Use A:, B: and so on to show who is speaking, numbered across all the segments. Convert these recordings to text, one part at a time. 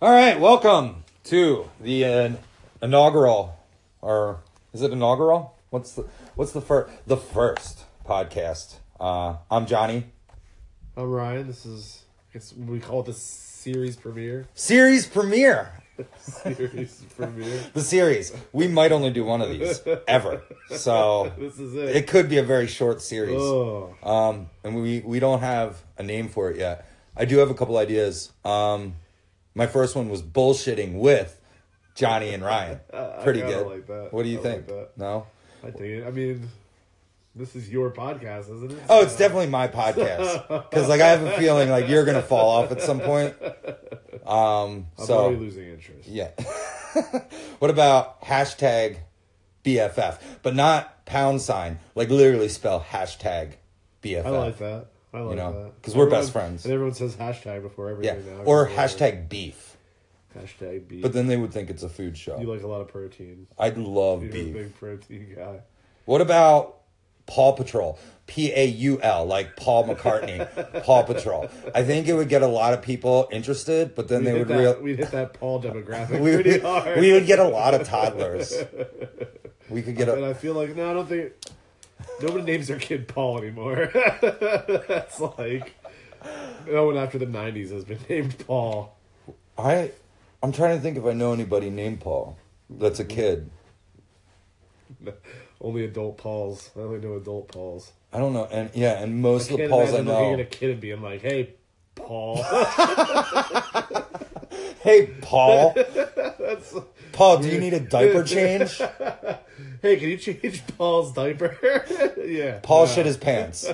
A: All right, welcome to the uh, inaugural, or is it inaugural? What's the what's the first the first podcast? Uh, I'm Johnny.
B: I'm Oh, Ryan. This is I guess we call it the series premiere.
A: Series premiere.
B: Series premiere.
A: The series. We might only do one of these ever, so
B: This is it.
A: it could be a very short series.
B: Oh,
A: Um, and we we don't have a name for it yet. I do have a couple ideas. Um, my first one was bullshitting with Johnny and Ryan.
B: I
A: Pretty
B: kinda
A: good.
B: like that.
A: What do you
B: I
A: think?
B: like that.
A: no.
B: I dig it. I mean, this is your podcast, isn't it?
A: Oh, it's definitely my podcast because like I have a feeling like you're gonna fall off at some point. Um,
B: I'm
A: so
B: already losing interest.
A: yeah. what about hashtag BFF, but not pound sign? Like literally spell hashtag BFF.
B: I like that. I like
A: know,
B: that
A: 'cause we're
B: Everyone-
A: best friends.
B: And everyone says hashtag before
A: Yeah,
B: everything now.
A: or
B: Yeah.
A: hashtag beef.
B: hashtag beef.
A: But then they would think it's a food show.
B: you like a lot of protein.
A: I'd love
B: You're a
A: beef.
B: big protein guy.
A: What about Paw Patrol? P A U L, like Paul McCartney, Paw Patrol. I think it would get a lot of people interested, but then
B: We
A: they
B: hit
A: would
B: that,
A: real.
B: we'd hit that Paul demographic
A: We,
B: pretty
A: we,
B: hard.
A: we would get a lot of toddlers. We could get
B: And
A: a.
B: I feel like no, I don't think nobody names their kid Paul anymore. That's like no one after the '90s has been named Paul.
A: I, I'm trying to think if I know anybody named Paul that's a kid.
B: Only adult Pauls. I only know adult Pauls.
A: I don't know, and yeah, and most of the
B: Can't
A: Pauls I
B: imagine looking at a
A: know.
B: kid and being like, "Hey, Paul."
A: Hey, Paul. Paul, do you need a diaper change?
B: hey, can you change Paul's diaper? yeah.
A: Paul
B: Nah.
A: shit his pants.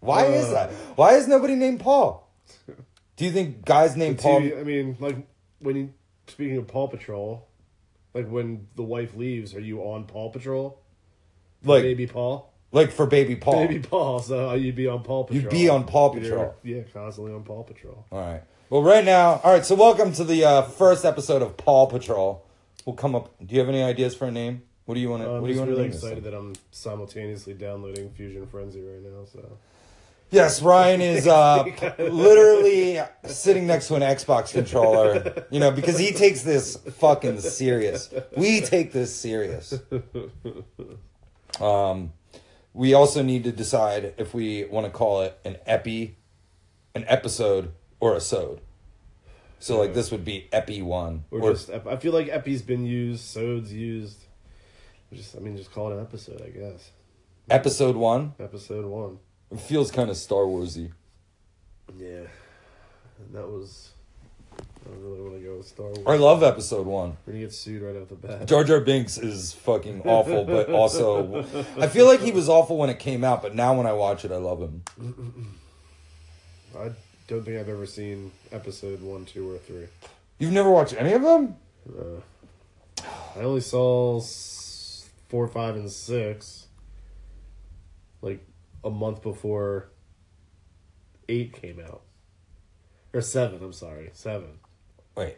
A: Why is that? Why is nobody named Paul? Do you think guys named Paul?
B: See, I mean, like when you speaking of Paw Patrol, like when the wife leaves, are you on Paw Patrol?
A: like,
B: Baby Paul.
A: like for baby Paul.
B: Baby Paul, so you'd be on Paw Patrol.
A: You'd be on Paw
B: You're-
A: Patrol.
B: Yeah, constantly on Paw Patrol.
A: All right. Well, right now, all right. So, welcome to the uh, first episode of Paw Patrol. We'll come up. Do you have any ideas for a name? What do you want to?
B: I'm
A: What do you
B: just
A: want
B: really
A: to name this?
B: excited
A: thing?
B: that I'm simultaneously downloading Fusion Frenzy right now. So
A: Yes, Ryan is uh, literally sitting next to an Xbox controller. You know, because he takes this fucking serious. We take this serious. Um, we also need to decide if we want to call it an epi, an episode, or a sode. So like this would be epi one,
B: we're just. Ep- I feel like Epi's been used, Sode's used. Just, I mean, just call it an episode, I guess.
A: episode one.
B: Episode one.
A: It feels kind of Star Warsy.
B: Yeah, and that was. I don't really want to go with Star Wars.
A: I love episode one.
B: We're gonna get sued right off the bat.
A: Jar Jar Binks is fucking awful, but also I feel like he was awful when it came out, but now when I watch it, I love him.
B: I don't think I've ever seen episode one, two, or three.
A: You've never watched any of them?
B: Uh, I only saw s- four, five, and six, like a month before eight came out, or seven. I'm sorry, seven.
A: Wait,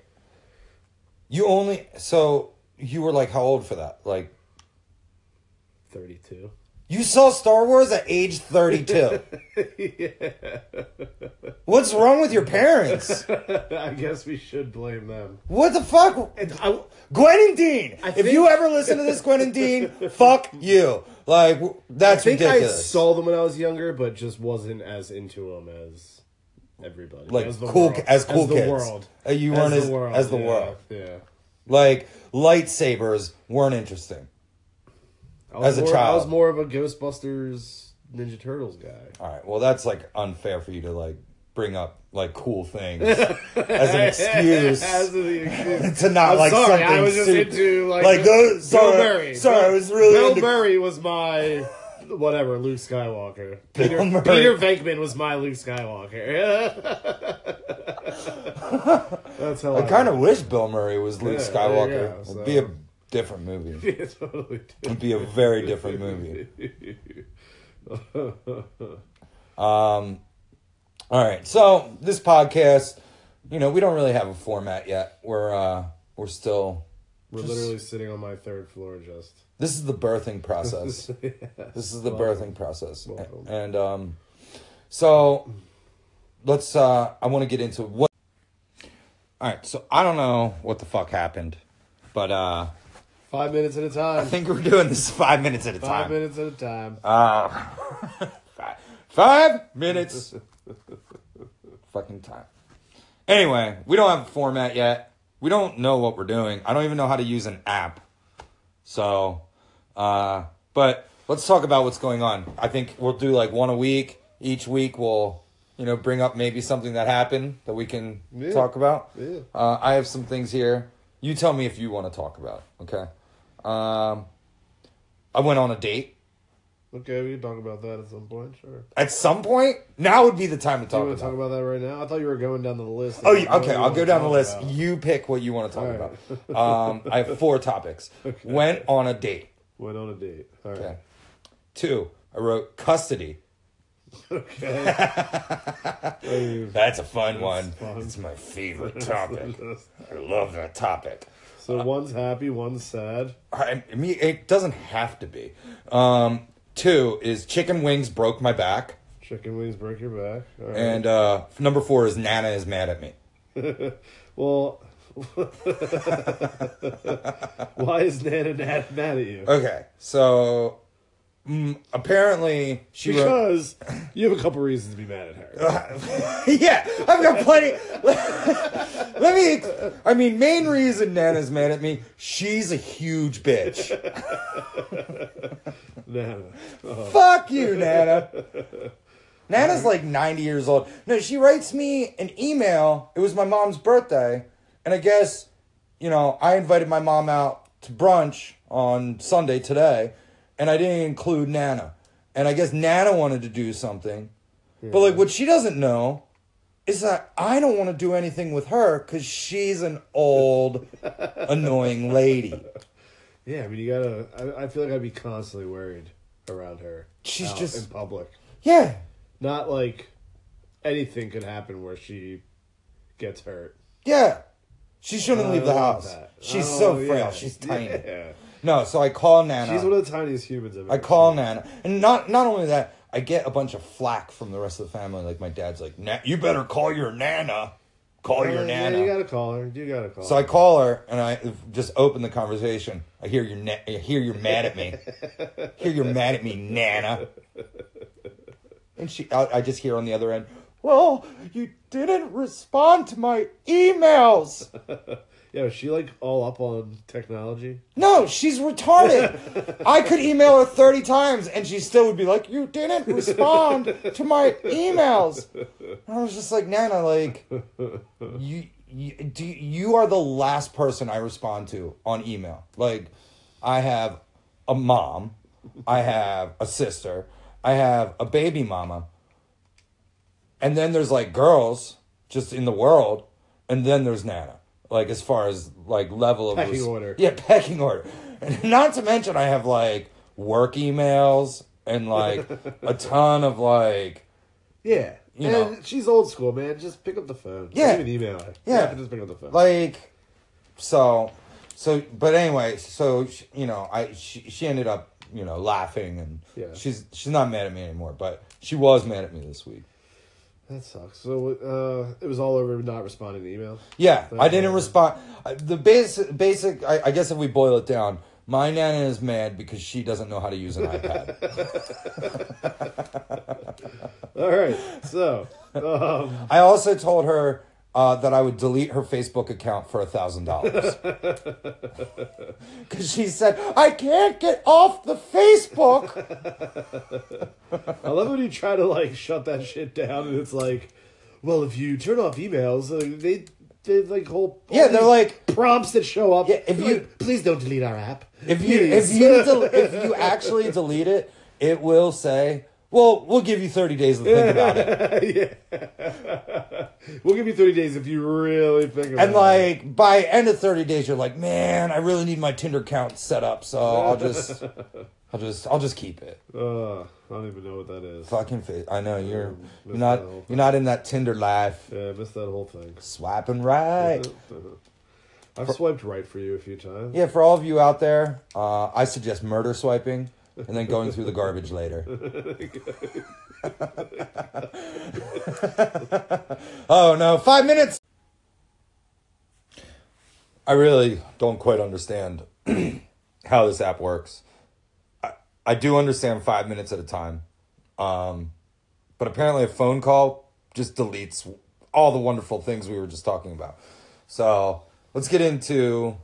A: you only so you were like how old for that? Like
B: Thirty-two.
A: you saw Star Wars at age thirty-two. What's wrong with your parents?
B: I guess we should blame them.
A: What the fuck?
B: And I,
A: Gwen and Dean.
B: I
A: if
B: think-
A: you ever listen to this, Gwen and Dean, fuck you. Like w-
B: I
A: that's
B: think I
A: ridiculous.
B: saw them when I was younger, but just wasn't as into them as everybody.
A: like
B: as the
A: cool
B: world.
A: as cool
B: the
A: kids.
B: world.
A: Uh, you weren't as, as the
B: yeah,
A: world.
B: Yeah.
A: Like lightsabers weren't interesting.
B: I
A: As
B: was
A: a
B: more, I was
A: child.
B: more of a Ghostbusters Ninja Turtles guy.
A: All right. Well, that's like unfair for you to like bring up like cool things as an excuse
B: As the excuse.
A: to not
B: I'm
A: like
B: sorry,
A: something.
B: I was just
A: su-
B: into like,
A: like those.
B: Bill
A: Sorry,
B: Murray.
A: sorry, I
B: Bill-
A: was really
B: Bill
A: into-
B: Murray was my whatever Luke Skywalker.
A: Bill
B: Peter,
A: Murray.
B: Peter Venkman was my Luke Skywalker. That's how
A: I kind of wish Bill Murray was Luke
B: Yeah, there you
A: Skywalker.
B: go,
A: It'd
B: so-
A: be a different movie.
B: of totally did.
A: It'd be a very different movie. Um, all right. So this podcast, you know, we don't really have a format yet. We're uh, we're still.
B: We're literally sitting on my third floor just.
A: This is the birthing process. This is the birthing process.
B: Welcome.
A: And um, so let's uh, I want to get into what All right, so I don't know what the fuck happened, but uh,
B: Five minutes at a time.
A: I think we're doing this five minutes at a
B: Five
A: time.
B: minutes at a time.
A: Uh, five, five minutes. Fucking time. Anyway, we don't have a format yet. We don't know what we're doing. I don't even know how to use an app. So, uh, but let's talk about what's going on. I think we'll do like one a week. Each week we'll, you know, bring up maybe something that happened that we can
B: Yeah.
A: talk about.
B: Yeah.
A: Uh, I have some things here. You tell me if you want to talk about. it, Okay. Um, I went on a date.
B: Okay, we can talk about that at some point. Sure.
A: At some point, now would be the time to
B: Do you
A: talk
B: want
A: about.
B: to talk about that right now? I thought you were going down the list.
A: oh,
B: I
A: you,
B: don't know
A: okay.
B: what
A: I'll
B: you
A: go
B: wanna
A: down the
B: talk
A: list.
B: about.
A: You pick what you want to talk about. Um, I have four topics. Went on a date.
B: Went on a date. All right.
A: Okay. Two. I wrote custody.
B: Okay.
A: That's a fun one.
B: fun.
A: It's my favorite topic. I love that topic. Uh,
B: so one's happy, one's sad.
A: I, I mean, it doesn't have to be. Um, two is chicken wings broke my back,
B: Chicken wings break your back. All right.
A: and uh, number four is Nana is mad at me.
B: well, why is Nana Nat mad at you?
A: Okay, so mm, apparently she wrote. Uh,
B: Because you have a couple reasons to be mad at her.
A: yeah, I've got plenty. Let me. I mean, main reason Nana's mad at me, she's a huge bitch.
B: Nana.
A: Fuck you, Nana. Nana's like 90 years old. No, she writes me an email. It was my mom's birthday. And I guess, you know, I invited my mom out to brunch on Sunday today. And I didn't include Nana. And I guess Nana wanted to do something. But like what she doesn't know is that I don't want to do anything with her because she's an old, annoying lady.
B: Yeah, I mean, you gotta. I, I feel like I'd be constantly worried around her.
A: She's
B: out
A: just-
B: in public.
A: Yeah.
B: Not like anything could happen where she gets hurt.
A: Yeah. She shouldn't
B: I
A: leave the
B: love
A: house.
B: that.
A: She's
B: Oh,
A: so frail.
B: yeah.
A: She's tiny.
B: Yeah.
A: No, so I call Nana.
B: She's one of the tiniest humans I've ever
A: I call Nana, and not not only that, I get a bunch of flack from the rest of the family. Like my dad's like, "Na- "You better call your Nana, call
B: seen.
A: your
B: Oh, Uh, Yeah, yeah,
A: Nana."
B: you gotta call her. You gotta call
A: so
B: her.
A: I call her, and I just open the conversation. I hear you're na- I hear you're mad at me. hear you're mad at me, Nana. And she, I, I just hear on the other end. Well, you didn't respond to my emails.
B: Yeah, is she like all up on technology?
A: No, she's retarded. I could email her 30 times and she still would be like, You didn't respond to my emails. And I was just like, Nana, like, you, you, do, you are the last person I respond to on email. Like, I have a mom, I have a sister, I have a baby mama. And then there's like girls just in the world, and then there's Nana. Like as far as like level of
B: Pecking
A: res-
B: order.
A: Yeah, pecking order. And not to mention I have like work emails and like a ton of like
B: Yeah.
A: You
B: and
A: know.
B: she's old school, man. Just pick up the phone.
A: Yeah.
B: Even email her.
A: Yeah.
B: You can just pick up the phone.
A: like so so but anyway, so sh- you know, I she, she ended up, you know, laughing and
B: Yeah.
A: she's she's not mad at me anymore, but she was mad at me this week.
B: that sucks. So uh, it was all over not responding to email.
A: Yeah, I
B: That's
A: didn't
B: all.
A: respond. I- The basic, basic. I, I guess if we boil it down, my nana is mad because she doesn't know how to use an iPad.
B: All right. So um,
A: I also told her uh, that I would delete her Facebook account for a thousand dollars because she said I can't get off the Facebook.
B: I love when you try to like shut that shit down, and it's like, well, if you turn off emails, like, they they like whole all
A: Yeah, they're
B: these
A: like-
B: prompts that show up.
A: Yeah, if
B: They're
A: you-
B: like, please don't delete our app.
A: If you if
B: Please."
A: you del- if you actually delete it, it will say, "Well, we'll give you thirty days to think about it."
B: we'll give you thirty days if you really think about
A: And
B: it.
A: like by end of thirty days, you're like, man, I really need my Tinder count set up, so I'll just, I'll just, I'll just keep it.
B: uh, I don't even know what that is.
A: Fucking face. I know you're, you're
B: that's
A: not,
B: not helpful.
A: you're not in that Tinder life.
B: Yeah, I missed that whole thing.
A: Swiping right.
B: I've swiped right for you a few times.
A: Yeah, for all of you out there, uh, I suggest murder swiping and then going through the garbage later. oh no, five minutes. I really don't quite understand how this app works. I, I do understand five minutes at a time. Um, but apparently, a phone call just deletes all the wonderful things we were just talking about. So let's get into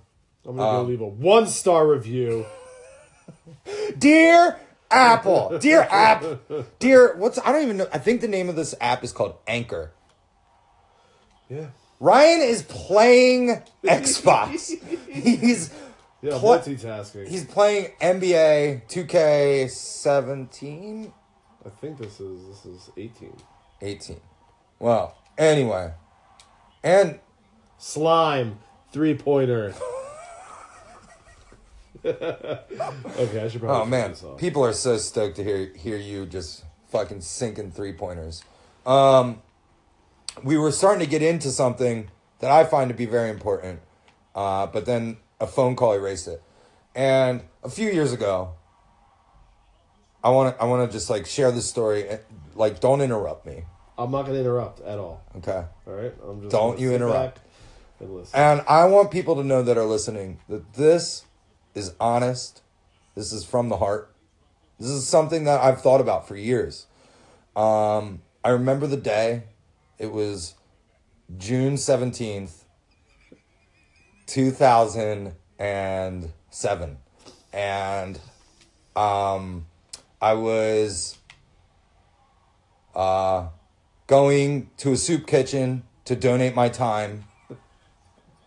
B: I'm gonna
A: Uh,
B: go leave a one star review.
A: Dear Apple, dear app, dear what's I don't even know. I think the name of this app is called Anchor.
B: Yeah.
A: Ryan is playing Xbox. he's
B: Yeah,
A: Pla-
B: multitasking.
A: he's playing NBA 2K17,
B: I think this is this is 18.
A: 18. Well, anyway, and
B: Slime three pointer. okay, I should probably.
A: oh
B: turn
A: man,
B: this off.
A: people are so stoked to hear hear you just fucking sinking three pointers. Um, we were starting to get into something that I find to be very important, uh, but then a phone call erased it. And a few years ago, I want to I want to just like share this story. eh, Like, don't interrupt me,
B: I'm not gonna interrupt at all.
A: okay?
B: All right, I'm just.
A: Don't
B: gonna
A: you
B: sit
A: interrupt.
B: back And listen.
A: And I want people to know that are listening that this is honest. This is from the heart. This is something that I've thought about for years. Um, I remember the day. It was June 17th, 2007. And um, I was uh, going to a soup kitchen to donate my time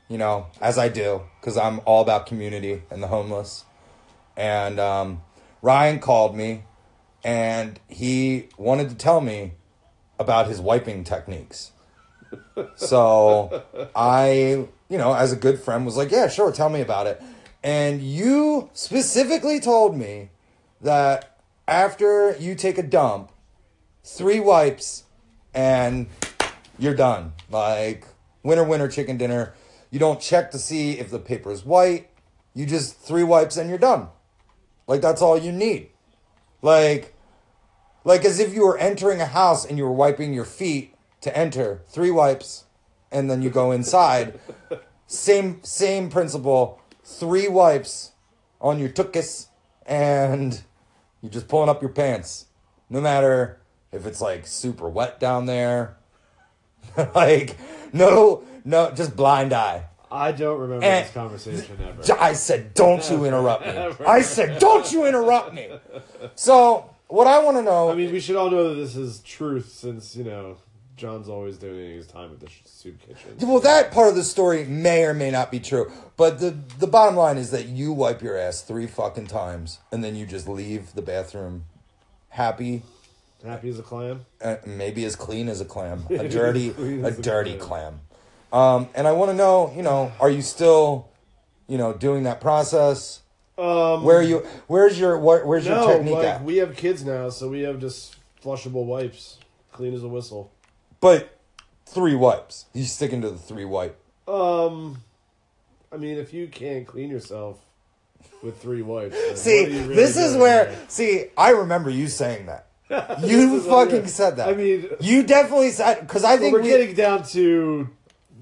A: you know, as I do, because I'm all about community and the homeless. And um, Ryan called me and he wanted to tell me about his wiping techniques. So I, you know, as a good friend, was like, yeah, sure, tell me about it. And you specifically told me that after you take a dump, three wipes and you're done. Like winner winner chicken dinner. You don't check to see if the paper is white. You just three wipes and you're done. Like that's all you need. Like like as if you were entering a house and you were wiping your feet to enter. Three wipes and then you go inside. same same principle. Three wipes on your tuchus and you're just pulling up your pants. No matter if it's like super wet down there, like no no just blind eye
B: I don't remember
A: And-
B: this conversation ever.
A: D- i said don't you interrupt me i said don't you interrupt me so what i want to know
B: I mean, we should all know that this is truth, since you know John's always donating his time at the sh- soup kitchen.
A: well that part of the story may or may not be true but the the bottom line is that you wipe your ass three fucking times and then you just leave the bathroom happy
B: Happy as a clam.
A: uh, maybe as clean as a clam, a dirty,
B: Clean
A: a
B: as a
A: dirty clam.
B: clam.
A: Um, and I want to know, you know, are you still, you know, doing that process?
B: Um,
A: Where are you? Where's your? Where, where's
B: no,
A: your technique
B: like
A: at?
B: we have kids now, so we have just flushable wipes, clean as a whistle.
A: but three wipes. You sticking to the three wipe?
B: Um, I mean, if you can't clean yourself with three wipes, then
A: See,
B: what are you really
A: this is
B: doing
A: where.
B: here?
A: See, I remember you saying that. You
B: This is
A: fucking
B: unreal.
A: said that.
B: I mean,
A: you definitely said because I think
B: we're
A: we,
B: getting down to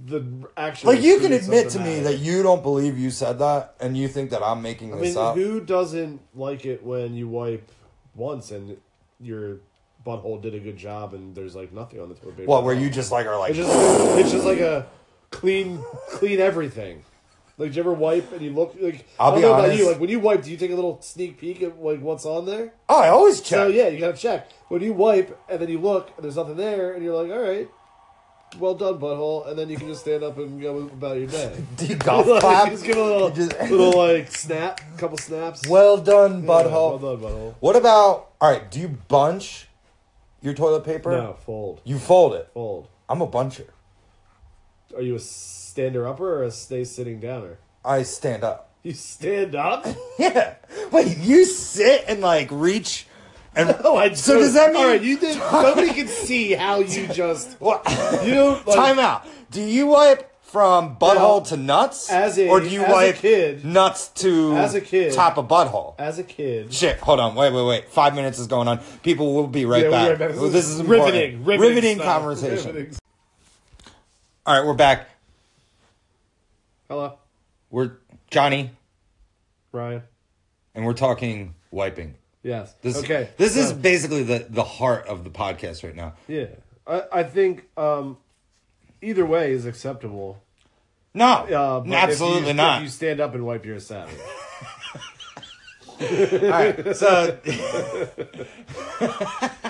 B: the actual.
A: like you can
B: truths of
A: admit
B: the
A: to me
B: matter.
A: that you don't believe you said that, and you think that I'm making
B: I
A: this
B: mean,
A: up.
B: who doesn't like it when you wipe once and your butthole did a good job and there's like nothing on the toilet paper?
A: what? Where you just like are like
B: It's just it's just like a clean clean everything. Like, do you ever wipe and you look like?
A: I'll
B: I don't
A: be
B: know about
A: honest.
B: you. Like, when you wipe, do you take a little sneak peek at like what's on there?
A: Oh, I always check.
B: So yeah, you gotta check. When you wipe and then you look and there's nothing there, and you're like, all right, well done, butthole, and then you can just stand up and go about your day.
A: Do you golf
B: Like,
A: clap?
B: just give a little,
A: You just-
B: little like snap, couple snaps.
A: well done,
B: Yeah,
A: butthole.
B: well done, butthole.
A: What about? All right. Do you bunch your toilet paper?
B: No, fold,
A: You fold it.
B: fold.
A: I'm a buncher.
B: Are you a stander upper or a stay sitting downer?
A: I stand up.
B: You stand up.
A: Yeah. Wait. You sit and like reach, and
B: Oh, I
A: So
B: don't-
A: does that mean-
B: all right? You did. Nobody can see how you just
A: Well,
B: you don't like,
A: time out. Do you wipe from butthole to nuts,
B: as a-
A: or do you
B: as a
A: wipe
B: kid-
A: nuts to
B: As a kid-
A: top of butthole?
B: as a kid.
A: Shit, hold on, wait, wait, wait. Five minutes is going on. People will be right
B: Yeah,
A: back.
B: we're right back.
A: This, is important.
B: riveting, riveting, stuff.
A: conversation.
B: Riveting.
A: All right, we're back.
B: Hello.
A: We're Johnny,
B: Ryan.
A: and we're talking wiping.
B: Yes.
A: This,
B: okay. Uh,
A: This is
B: so-
A: basically the, the heart of the podcast right now.
B: yeah. I I think um, either way is acceptable.
A: No,
B: Uh, but if you-
A: absolutely
B: If you
A: not.
B: stand up and wipe your savage.
A: All right, so,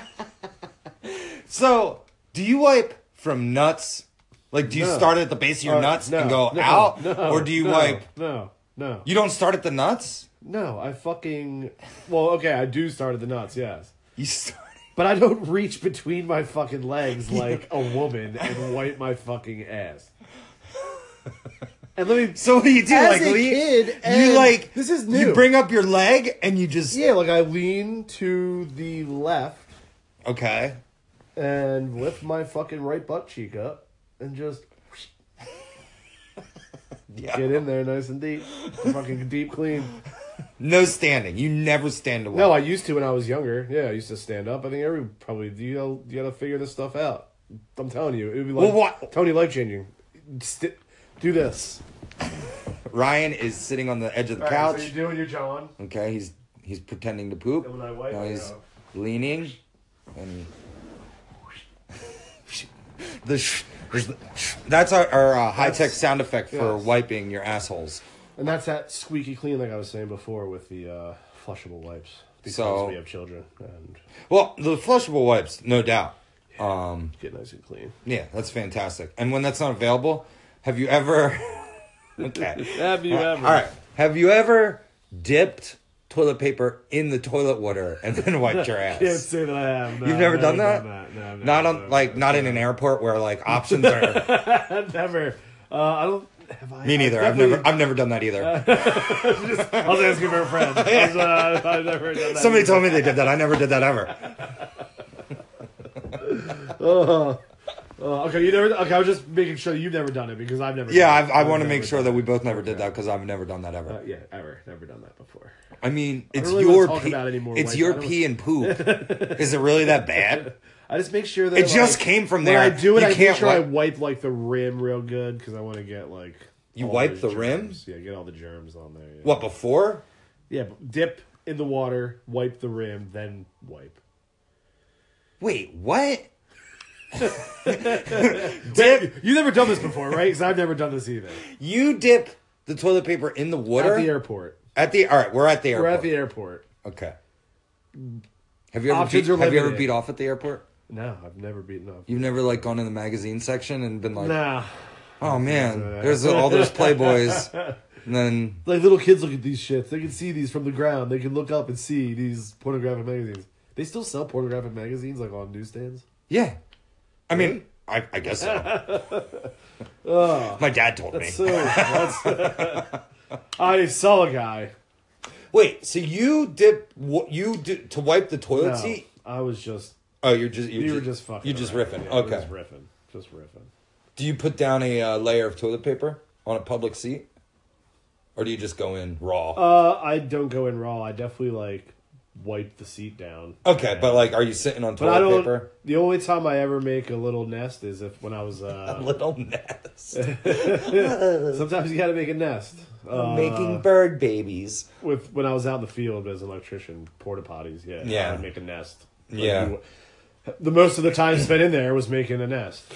A: so do you wipe from nuts? Like, do you
B: No.
A: start at the base of your
B: Uh,
A: nuts
B: no,
A: and go
B: no,
A: out,
B: no,
A: or do you
B: no,
A: wipe?
B: No. No.
A: You don't start at the nuts.
B: No, I fucking. Well, okay, I do start at the nuts, yes.
A: You start.
B: But I don't reach between my fucking legs like a woman and wipe my fucking ass. And let me.
A: So what do you do?
B: As
A: like
B: a
A: lean-
B: kid,
A: you
B: and
A: like
B: this is
A: You
B: new.
A: bring up your leg and you just
B: Yeah, like I lean to the left
A: okay.
B: and lift my fucking right butt cheek up and just
A: Yeah.
B: get in there nice and deep. Fucking deep clean.
A: No standing. You never stand to wipe.
B: No, I used to when I was younger. Yeah, I used to stand up. I think every probably you know, you gotta figure this stuff out. I'm telling you, it would be like
A: Well, what-
B: Tony life changing. St- do this.
A: Ryan is sitting on the edge of the couch.
B: doing your John.
A: okay, he's he's pretending to poop.
B: And when I wipe,
A: now
B: I
A: he's
B: go.
A: leaning and the sh- is the- that's our, our uh, high tech
B: That's-
A: sound effect for
B: yes.
A: wiping your assholes.
B: And that's that squeaky clean, like I was saying before, with the uh, flushable wipes. Because
A: So-
B: we have children and
A: Well, the flushable wipes, no doubt. Um,
B: get nice and clean.
A: yeah, that's fantastic. And when that's not available, have you ever? okay.
B: Have you
A: All right. Have you ever dipped toilet paper in the toilet water and then wiped your ass?
B: Can't say that I have. No,
A: You've never
B: I've
A: done that?
B: No, I've never
A: Not
B: done
A: on
B: that.
A: like not in an airport where like options are.
B: I've never. Uh, I don't. Have I,
A: Me neither. I've never I've never done that either.
B: I was asking for a friend. I was, uh, I've never done that.
A: Somebody told me they did that. I never did that ever.
B: Uh, okay, you never. Okay, I was just making sure you've never done it because I've never.
A: Yeah,
B: done
A: I've,
B: it.
A: I want to
B: never
A: make sure
B: done
A: that we
B: it.
A: both never did that because I've never done that
B: Uh,
A: ever.
B: yeah, ever, never done that before.
A: I mean, it's
B: really wanna
A: your
B: talk
A: pee,
B: about it anymore,
A: it's
B: Wade. I
A: your
B: don't-
A: pee and poop. Is it really that bad?
B: I just make sure that
A: It just
B: like,
A: came from
B: When
A: there.
B: I do it,
A: You
B: I make
A: can't
B: sure I
A: wipe-
B: wipe like the rim real good because I want to get like.
A: You
B: all
A: wipe
B: those
A: the
B: germs. Yeah, get all the germs on there. Yeah,
A: What before?
B: yeah but dip in the water, wipe the rim, then wipe.
A: Wait, what? dip
B: You've never done this before, right? Because I've never done this either.
A: you dip the toilet paper in the water
B: At the airport,
A: At the- all right, we're at the airport.
B: we're at the airport.
A: Okay. Have you ever
B: Options
A: beat,
B: are
A: have you ever
B: limited.
A: beat off at the airport?
B: No, I've never beaten up.
A: You've never like gone in the magazine section and been like,
B: Nah,
A: "Oh man, there's all those Playboys." and then
B: Like little kids look at these shits. They can see these from the ground. They can look up and see these pornographic magazines. They still sell pornographic magazines like on newsstands.
A: yeah, I mean, I, I guess so. My dad told me.
B: Oh. So that's I saw a guy.
A: Wait, so you dip what you do to wipe the toilet
B: No,
A: seat?
B: I was just
A: Oh, you're just you're
B: we
A: just,
B: were just fucking.
A: You're just
B: around.
A: riffing.
B: Yeah, we were
A: okay.
B: just riffing. Just riffing.
A: Do you put down a uh, layer of toilet paper on a public seat, or do you just go in raw?
B: Uh, I don't go in raw. I definitely like wipe the seat down.
A: okay,
B: And-
A: but like, are you sitting on
B: but I
A: toilet
B: don't.
A: paper?
B: The only time I ever make a little nest is if when I was uh,
A: Little nest.
B: sometimes you got to make a nest. Uh,
A: making bird babies.
B: with when I was out in the field as an electrician, porta potties. Yeah,
A: Yeah.
B: I would make a nest. Like,
A: Yeah.
B: you- the most of the time spent in there was making a nest.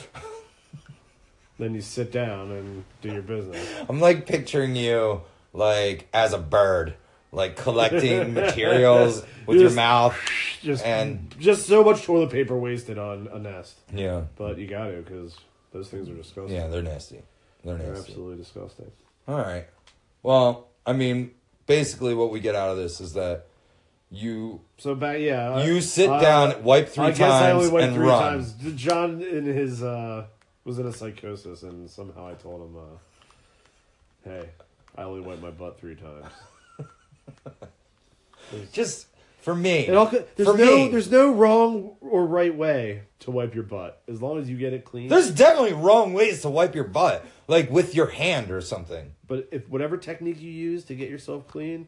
B: then you sit down and do your business.
A: I'm like picturing you like as a bird, like collecting materials with your
B: Just-
A: mouth.
B: Just
A: And-
B: just so much toilet paper wasted on a nest,
A: Yeah.
B: but you got to because those things are disgusting.
A: Yeah, they're nasty. They're
B: They're
A: nasty.
B: absolutely disgusting.
A: All right. Well, I mean, basically what we get out of this is that you
B: So back, yeah. I-
A: you sit
B: I-
A: down, wipe three
B: I
A: times
B: guess I only went
A: and
B: three
A: run.
B: times. John in his uh, was in a psychosis, and somehow I told him, uh, "Hey, I only wiped my butt three times."
A: Just for me.
B: It all, co- there's
A: for
B: no
A: me.
B: there's no wrong or right way to wipe your butt as long as you get it clean.
A: There's definitely wrong ways to wipe your butt, like with your hand or something.
B: but if whatever technique you use to get yourself clean,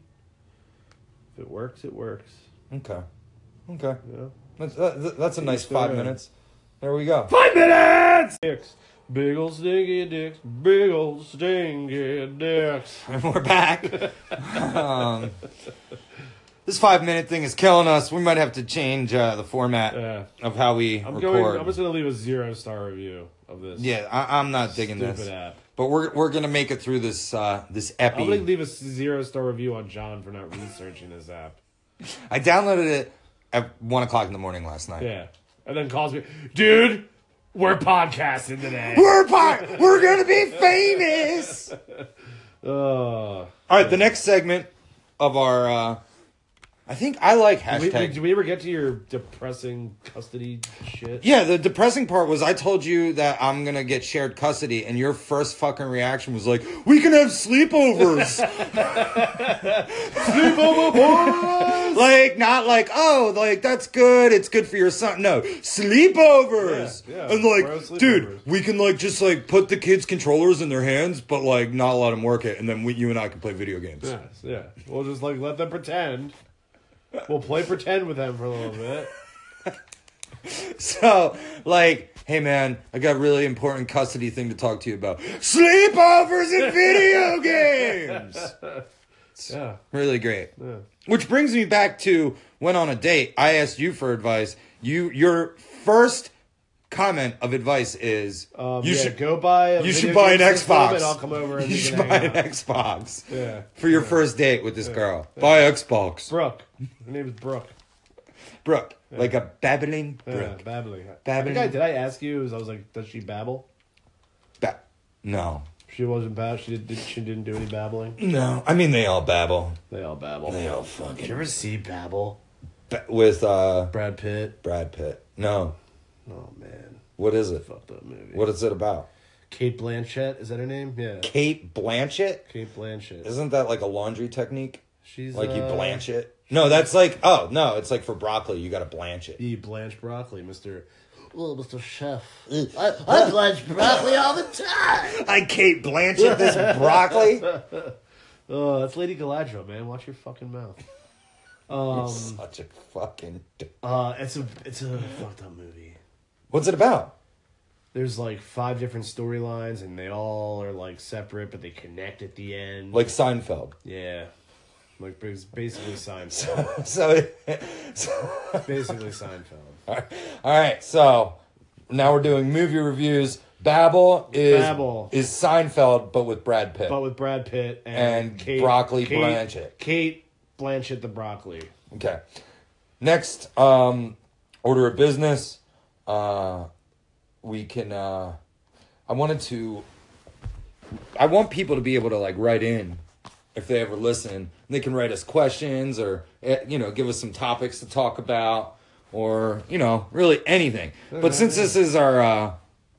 B: if it works, it works.
A: Okay. Okay.
B: You know?
A: That's, that, that's a nice
B: still
A: five
B: around.
A: minutes. There we go.
B: Five minutes. Big old stinky dicks. Big old stinky dicks.
A: And we're back. um, this five minute thing is killing us. We might have to change uh, the format
B: Yeah.
A: of how we
B: I'm
A: record.
B: going. I'm just gonna leave a zero star review of this.
A: yeah, I, I'm not digging
B: Stupid
A: this,
B: app.
A: but we're we're gonna make it through this uh, this
B: I'm gonna
A: epi.
B: leave a zero star review on John for not researching this app.
A: I downloaded it at one o'clock in the morning last night.
B: Yeah, and then calls me, dude. We're podcasting today.
A: We're part. We're gonna be famous.
B: Uh,
A: All right, the next segment of our. Uh, I think I like
B: we, we,
A: hashtag.
B: did we ever get to your depressing custody shit?
A: yeah, the depressing part was I told you that I'm gonna get shared custody, and your first fucking reaction was like, "We can have sleepovers." like not like oh like that's good it's good for your son no sleepovers
B: Yeah, yeah,
A: and
B: bro,
A: like
B: sleepovers.
A: dude we can like just like put the kids controllers in their hands but like not let them work it and then we, you and i can play video games
B: Yes, yeah. We'll just like let them pretend. We'll play pretend with them for a little bit.
A: so like hey man i got a really important custody thing to talk to you about sleepovers and video games
B: Yeah,
A: really great
B: yeah.
A: Which brings me back to when on a date, I asked you for advice. You your first comment of advice is
B: Um,
A: you
B: yeah,
A: should
B: go buy. A
A: you should
B: video
A: buy an
B: game system
A: Xbox.
B: And I'll come over and
A: you
B: we
A: should
B: can
A: buy
B: hang
A: an
B: out.
A: Xbox
B: Yeah,
A: for your first date with this girl. Buy Xbox,
B: Brooke. Her name is Brooke.
A: Brooke, like a babbling
B: Yeah,
A: brook.
B: babbling.
A: Babbling.
B: I think I- did I ask you? Is I was like, does she babble?
A: Ba- no,
B: She wasn't bab. She did. She didn't do any babbling.
A: no. I mean, they all babble.
B: They all babble.
A: They all
B: Did
A: fucking
B: you ever see Babble?
A: ba- with uh,
B: Brad Pitt.
A: Brad Pitt. No,
B: Oh man,
A: what is it?
B: fucked up movie.
A: What is it about?
B: Kate Blanchett is that her name? Yeah,
A: Kate Blanchett.
B: Kate Blanchett.
A: Isn't that like a laundry technique?
B: She's
A: Like you
B: uh,
A: blanch it. No, that's like oh no, it's like for broccoli you gotta blanch it.
B: The Blanche Broccoli, Mister. Well, Mister Chef.
C: I, I blanch broccoli all the time.
A: I Kate Blanchett this broccoli.
B: Oh, that's Lady Galadriel, man. Watch your fucking mouth.
A: Um, Such a fucking. d-
B: Uh, it's a it's a fucked up movie.
A: What's it about?
B: There's like five different storylines, and they all are like separate, but they connect at the end.
A: Like Seinfeld.
B: yeah, like it's basically Seinfeld.
A: So, so
B: basically Seinfeld.
A: all right. So now we're doing movie reviews. Babel is
B: Babel.
A: is Seinfeld, but with Brad Pitt.
B: but with Brad Pitt and,
A: And Broccoli Blanchett.
B: Kate Blanchett the broccoli.
A: Okay. Next um, order of business, uh, we can. Uh, I wanted to. I want people to be able to like write in if they ever listen. They can write us questions or eh, you know give us some topics to talk about or you know really anything. But since this is our uh,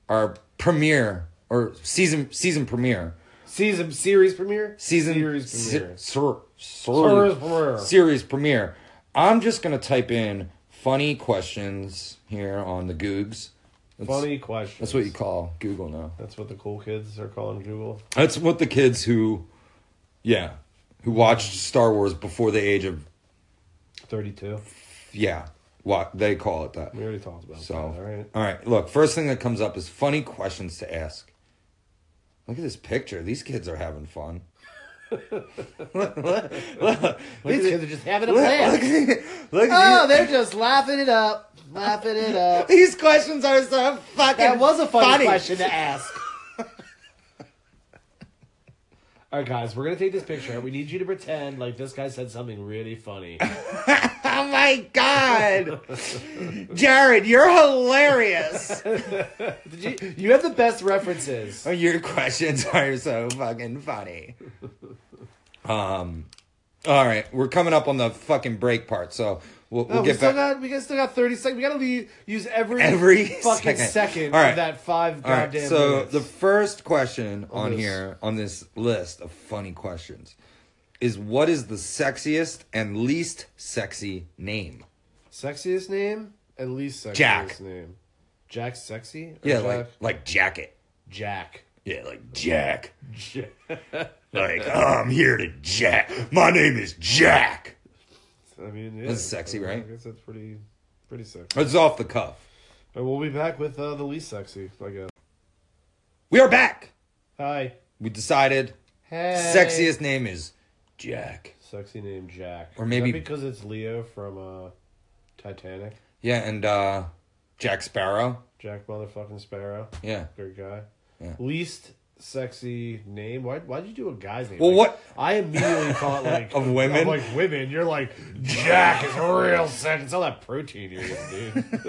A: our premiere or season season premiere
B: Season series premiere.
A: season
B: series
A: se-
B: premiere.
A: ser- ser-
B: Series premiere.
A: series premiere. I'm just gonna type in funny questions here on the Googs. That's,
B: Funny question.
A: That's what you call Google now.
B: That's what the cool kids are calling Google.
A: That's what the kids who, yeah, who watched Star Wars before the age of
B: Thirty-two.
A: yeah, what they call it that.
B: We already talked about
A: So
B: that. All right.
A: all right. Look, first thing that comes up is funny questions to ask. Look at this picture. These kids are having fun.
B: These kids are just having a
A: Look,
B: blast.
A: look, look
C: Oh,
A: at
C: they're just laughing it up. Laughing it
B: Oh.
C: up.
A: these, these questions are so fucking.
C: That was a funny,
A: funny.
C: question to ask.
B: All right, guys, we're gonna take this picture. We need you to pretend like this guy said something really funny.
A: Oh my god, Jared, you're hilarious.
B: Did you? You have the best references.
A: Your questions are so fucking funny. Um, all right, we're coming up on the fucking break part, so we'll, we'll
B: No, we
A: get
B: still
A: back.
B: got. We got, still got thirty seconds. We gotta leave, use every
A: Every second.
B: fucking second,
A: All right.
B: of that five
A: all right,
B: goddamn.
A: so
B: minutes.
A: the first question on
B: this.
A: here on this list of funny questions is what is the sexiest and least sexy name?
B: Sexiest name and least sexiest
A: Jack.
B: name. Jack sexy? Or
A: Yeah,
B: Jack?
A: like like jacket.
B: Jack.
A: Yeah, like Jack.
B: Jack.
A: Like "Oh, I'm here to Jack. My name is Jack.
B: I mean, yeah.
A: That's sexy,
B: I
A: right?
B: guess that's pretty, pretty sexy.
A: It's off the cuff.
B: And we'll be back with uh, the least sexy, I guess.
A: We are back.
B: Hi.
A: We decided sexiest name is Jack.
B: Sexy name Jack.
A: Or
B: Is that
A: maybe-
B: because it's Leo from uh, Titanic.
A: Yeah, and uh Jack Sparrow.
B: Jack motherfucking Sparrow.
A: Yeah.
B: Great guy.
A: Yeah.
B: Least sexy name. Why? Why'd you do a guy's name?
A: Well,
B: Like,
A: what-
B: I immediately thought like
A: Of women?
B: I'm like women. You're like Jack is real sexy. It's all that protein you're eating,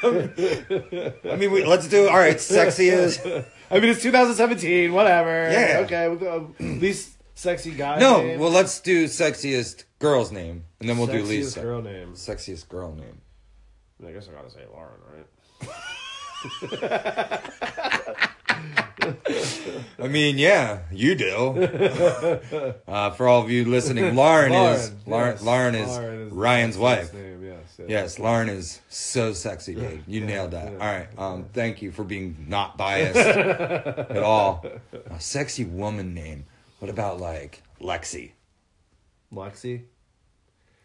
B: dude.
A: I mean, we, let's do all right. Sexiest.
B: I mean, it's 2017. Whatever.
A: Yeah.
B: Okay. We'll go, uh, least sexy guy.
A: No,
B: name.
A: well, let's do sexiest girl's name, and then we'll do
B: Sexiest
A: least
B: girl names.
A: sexiest girl name.
B: I guess I gotta say Lauren, right?
A: I mean, yeah, you do. uh, for all of you listening, Lauren, is Lauren,
B: yes.
A: Lauren is
B: Lauren is the
A: Ryan's wife.
B: sexiest Name. Yes. Yes.
A: Yes, Lauren is so sexy, dude. You nailed that.
B: yeah,
A: all right. Um, thank you for being not biased at all. A sexy woman name. What about like Lexi?
B: Lexi.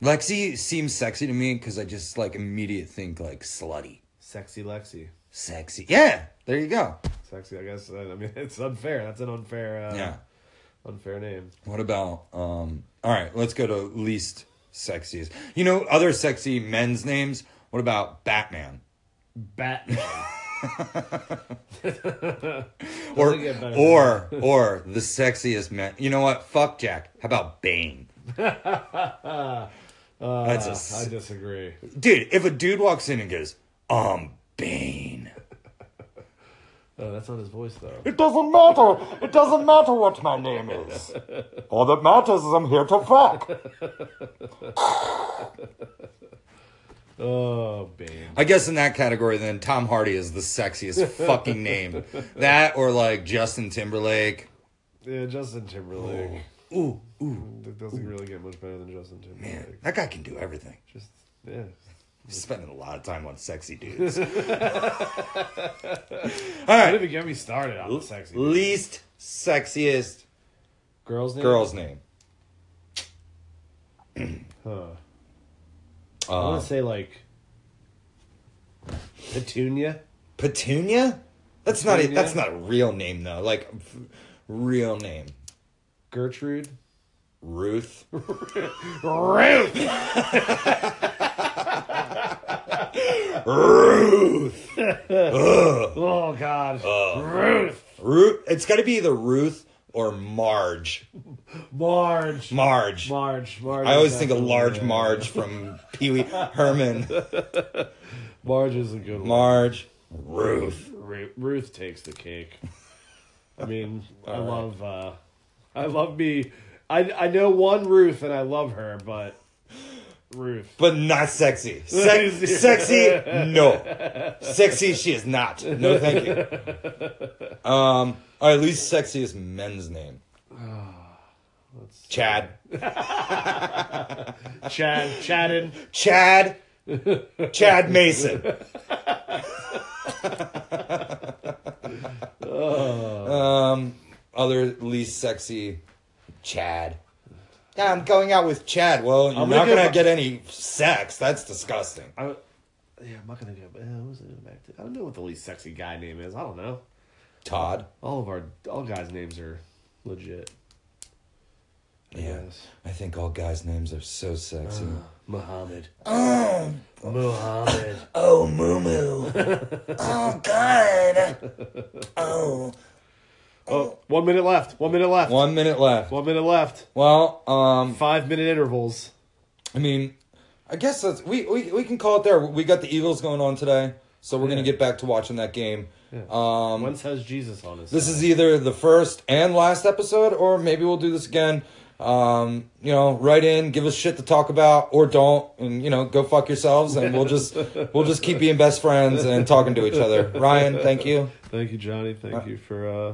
A: Lexi seems sexy to me because I just like immediate think like slutty,
B: Sexy Lexi.
A: sexy. Yeah, there you go.
B: Sexy. I guess. I mean, it's unfair. That's an unfair. Uh,
A: Yeah.
B: Unfair name.
A: What about um all right, let's go to least sexiest. You know other sexy men's names? What about Batman?
B: Batman.
A: Or
B: Doesn't get better than
A: or or the sexiest man. You know what? Fuck Jack. How about Bane? That's a
B: Ah, I
A: s-
B: disagree.
A: dude, if a dude walks in and goes, "Um, Bane."
B: Oh, that's not his voice though.
A: It doesn't matter. It doesn't matter what my name is. All that matters is I'm here to fuck.
B: Oh, Bane.
A: I guess in that category, then Tom Hardy is the sexiest fucking name. That or like Justin Timberlake.
B: Yeah, Justin Timberlake.
A: Ooh, ooh,
B: It doesn't really get much better than Justin Timberlake.
A: Oh. man, that guy can do everything.
B: Just yeah.
A: He's spending a lot of time on sexy dudes. All right,
B: Don't even get me started on the sexy
A: least sexiest
B: girls. Name?
A: girl's name.
B: Huh. I
A: Um,
B: want to say like Petunia.
A: Petunia. That's not a,
B: Petunia?
A: that's not a real name though. Like f- real name.
B: Gertrude.
A: Ruth.
B: Ruth.
A: Ruth.
B: Oh God. Ruth.
A: Ruth. It's got to be either Ruth or Marge.
B: Marge.
A: Marge.
B: Marge. Marge.
A: I always
B: is
A: think of
B: definitely-
A: Large
B: yeah.
A: Marge from Pee Wee Herman.
B: Marge is a good one.
A: Marge. Ruth.
B: Ru- Ruth takes the cake. I mean, I love, uh, I love me. I I know one Ruth and I love her, but Ruth.
A: But not sexy. Sex, sexy, no. Sexy, she is not. No, thank you. Um, or at least sexiest men's name. Chad.
B: Chad, Chadden,
A: Chad. Chad Mason. um, other least sexy, Chad. Yeah, I'm going out with Chad. Well, you're
B: I'm
A: not
B: gonna
A: gonna
B: go-
A: get any sex. That's disgusting.
B: I, yeah, I'm not gonna go. eh, what was I going back to? I don't know what the least sexy guy name is. I don't know.
A: Todd.
B: All of our all guys' names are legit. I guess.
A: I think all guys' names are so sexy.
B: Uh. Muhammad. Muhammad.
A: oh, Moo Moo. oh, God. Oh.
B: Oh, one minute left. One minute left.
A: One minute left.
B: One minute left.
A: Well, um,
B: Five minute intervals.
A: I mean, I guess that's we, we we can call it there. We got the Eagles going on today, so we're gonna
B: Yeah.
A: get back to watching that game.
B: Um, Wentz has Jesus on his.
A: This is either the first and last episode, or maybe we'll do this again. Um, you know, write in, give us shit to talk about, or don't, and you know, go fuck yourselves, and we'll just we'll just keep being best friends and talking to each other. Ryan, thank you.
B: Thank you, Johnny. Thank you for uh,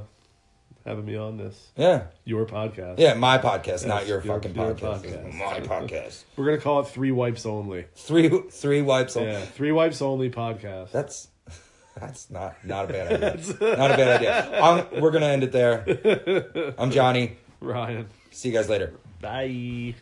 B: having me on this.
A: Yeah,
B: Your podcast.
A: yeah, my podcast, not your,
B: your-
A: fucking
B: your
A: podcast.
B: podcast.
A: My podcast.
B: We're gonna call it Three Wipes Only.
A: Three three wipes. on.
B: Yeah, Three Wipes Only podcast.
A: That's that's not not a bad idea. not a bad idea. Um, I'm, we're gonna end it there. I'm Johnny.
B: Ryan.
A: See you guys later.
B: Bye.